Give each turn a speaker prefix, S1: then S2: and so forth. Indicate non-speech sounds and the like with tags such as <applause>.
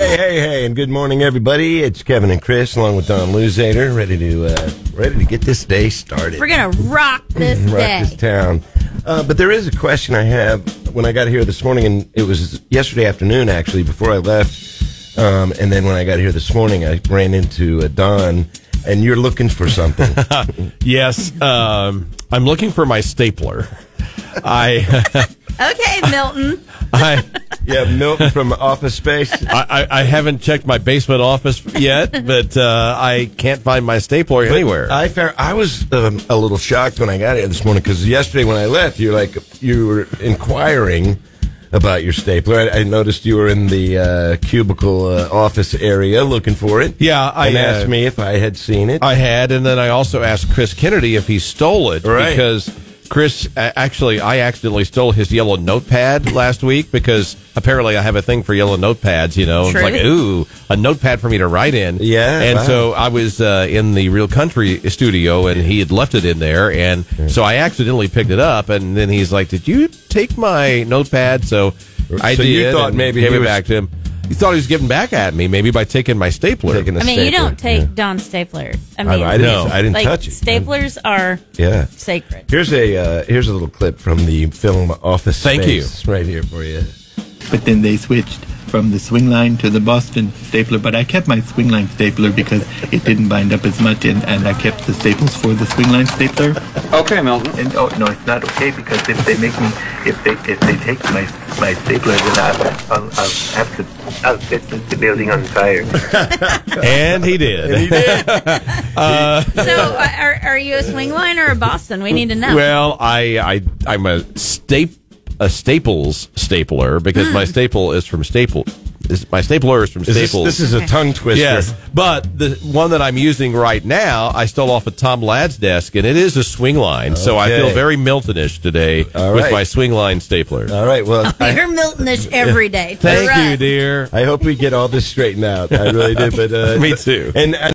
S1: Hey, hey, hey, and good morning, everybody. It's Kevin and Chris, along with Don Luzader, ready to uh, ready to get this day started.
S2: We're gonna rock
S1: <laughs>
S2: this
S1: and rock
S2: day.
S1: this town. Uh, but there is a question I have when I got here this morning, and it was yesterday afternoon actually before I left, um, and then when I got here this morning, I ran into uh, Don, and you're looking for something.
S3: Yes, um, I'm looking for my stapler. I, <laughs>
S2: okay, Milton.
S3: I,
S1: yeah, Milton from Office Space.
S3: I, I haven't checked my basement office yet, but uh, I can't find my stapler anywhere.
S1: I found, I was um, a little shocked when I got here this morning because yesterday when I left, you're like you were inquiring about your stapler. I, I noticed you were in the uh, cubicle uh, office area looking for it.
S3: Yeah, I,
S1: and
S3: uh,
S1: asked me if I had seen it.
S3: I had, and then I also asked Chris Kennedy if he stole it
S1: Right.
S3: because Chris a- actually I accidentally stole his yellow notepad last week because apparently I have a thing for yellow notepads. You know,
S2: True.
S3: it's like ooh, a notepad for me to write in.
S1: Yeah,
S3: and
S1: wow.
S3: so I was uh, in the Real Country studio, and he had left it in there, and so I accidentally picked it up, and then he's like, "Did you take my notepad?" So. I
S1: So
S3: did.
S1: you thought
S3: and
S1: maybe
S3: gave
S1: he
S3: it
S1: was-
S3: back to him. You thought he was giving back at me, maybe by taking my stapler. <laughs>
S1: Taking a
S2: I mean, you
S1: stapler.
S2: don't take
S1: Yeah.
S2: Don Stapler. I
S1: I,
S2: mean,
S1: I didn't.
S3: No.
S1: I didn't
S2: like
S1: touch it.
S2: staplers are
S1: Yeah.
S2: sacred.
S1: Here's a uh, here's a little clip from the film Office
S3: Thank
S1: Space right here for you.
S4: But then they switched from the swing line to the Boston stapler. But I kept my swing line stapler because it didn't bind up as much, and, and I kept the staples for the swing line stapler.
S5: Okay, Milton.
S4: And oh no, it's not okay because if they make me, if they if they take my my stapler, then I'll, I'll, I'll have to I'll set the building on fire.
S3: and he did.
S2: So, uh, are, are you a swing line or a Boston? We need to know.
S3: Well, I, I I'm a staple a Staples stapler because my staple is from Staple. Is my stapler is from
S1: Is this,
S3: Staples.
S1: this is a tongue twister.
S3: yes, but the one that I'm using right now, I stole off of Tom Ladd's desk, and it is a swing line. So I
S1: Okay.
S3: feel very Miltonish today
S1: All
S3: with
S1: right. Uh,
S3: my swing line stapler.
S1: All right.
S2: <laughs>
S1: Well, I,
S2: <laughs> You're Miltonish every day.
S3: Thank
S2: Trust.
S3: you, dear.
S1: I hope we get all this straightened out. I really do. But uh,
S3: <laughs> Me too.
S1: And I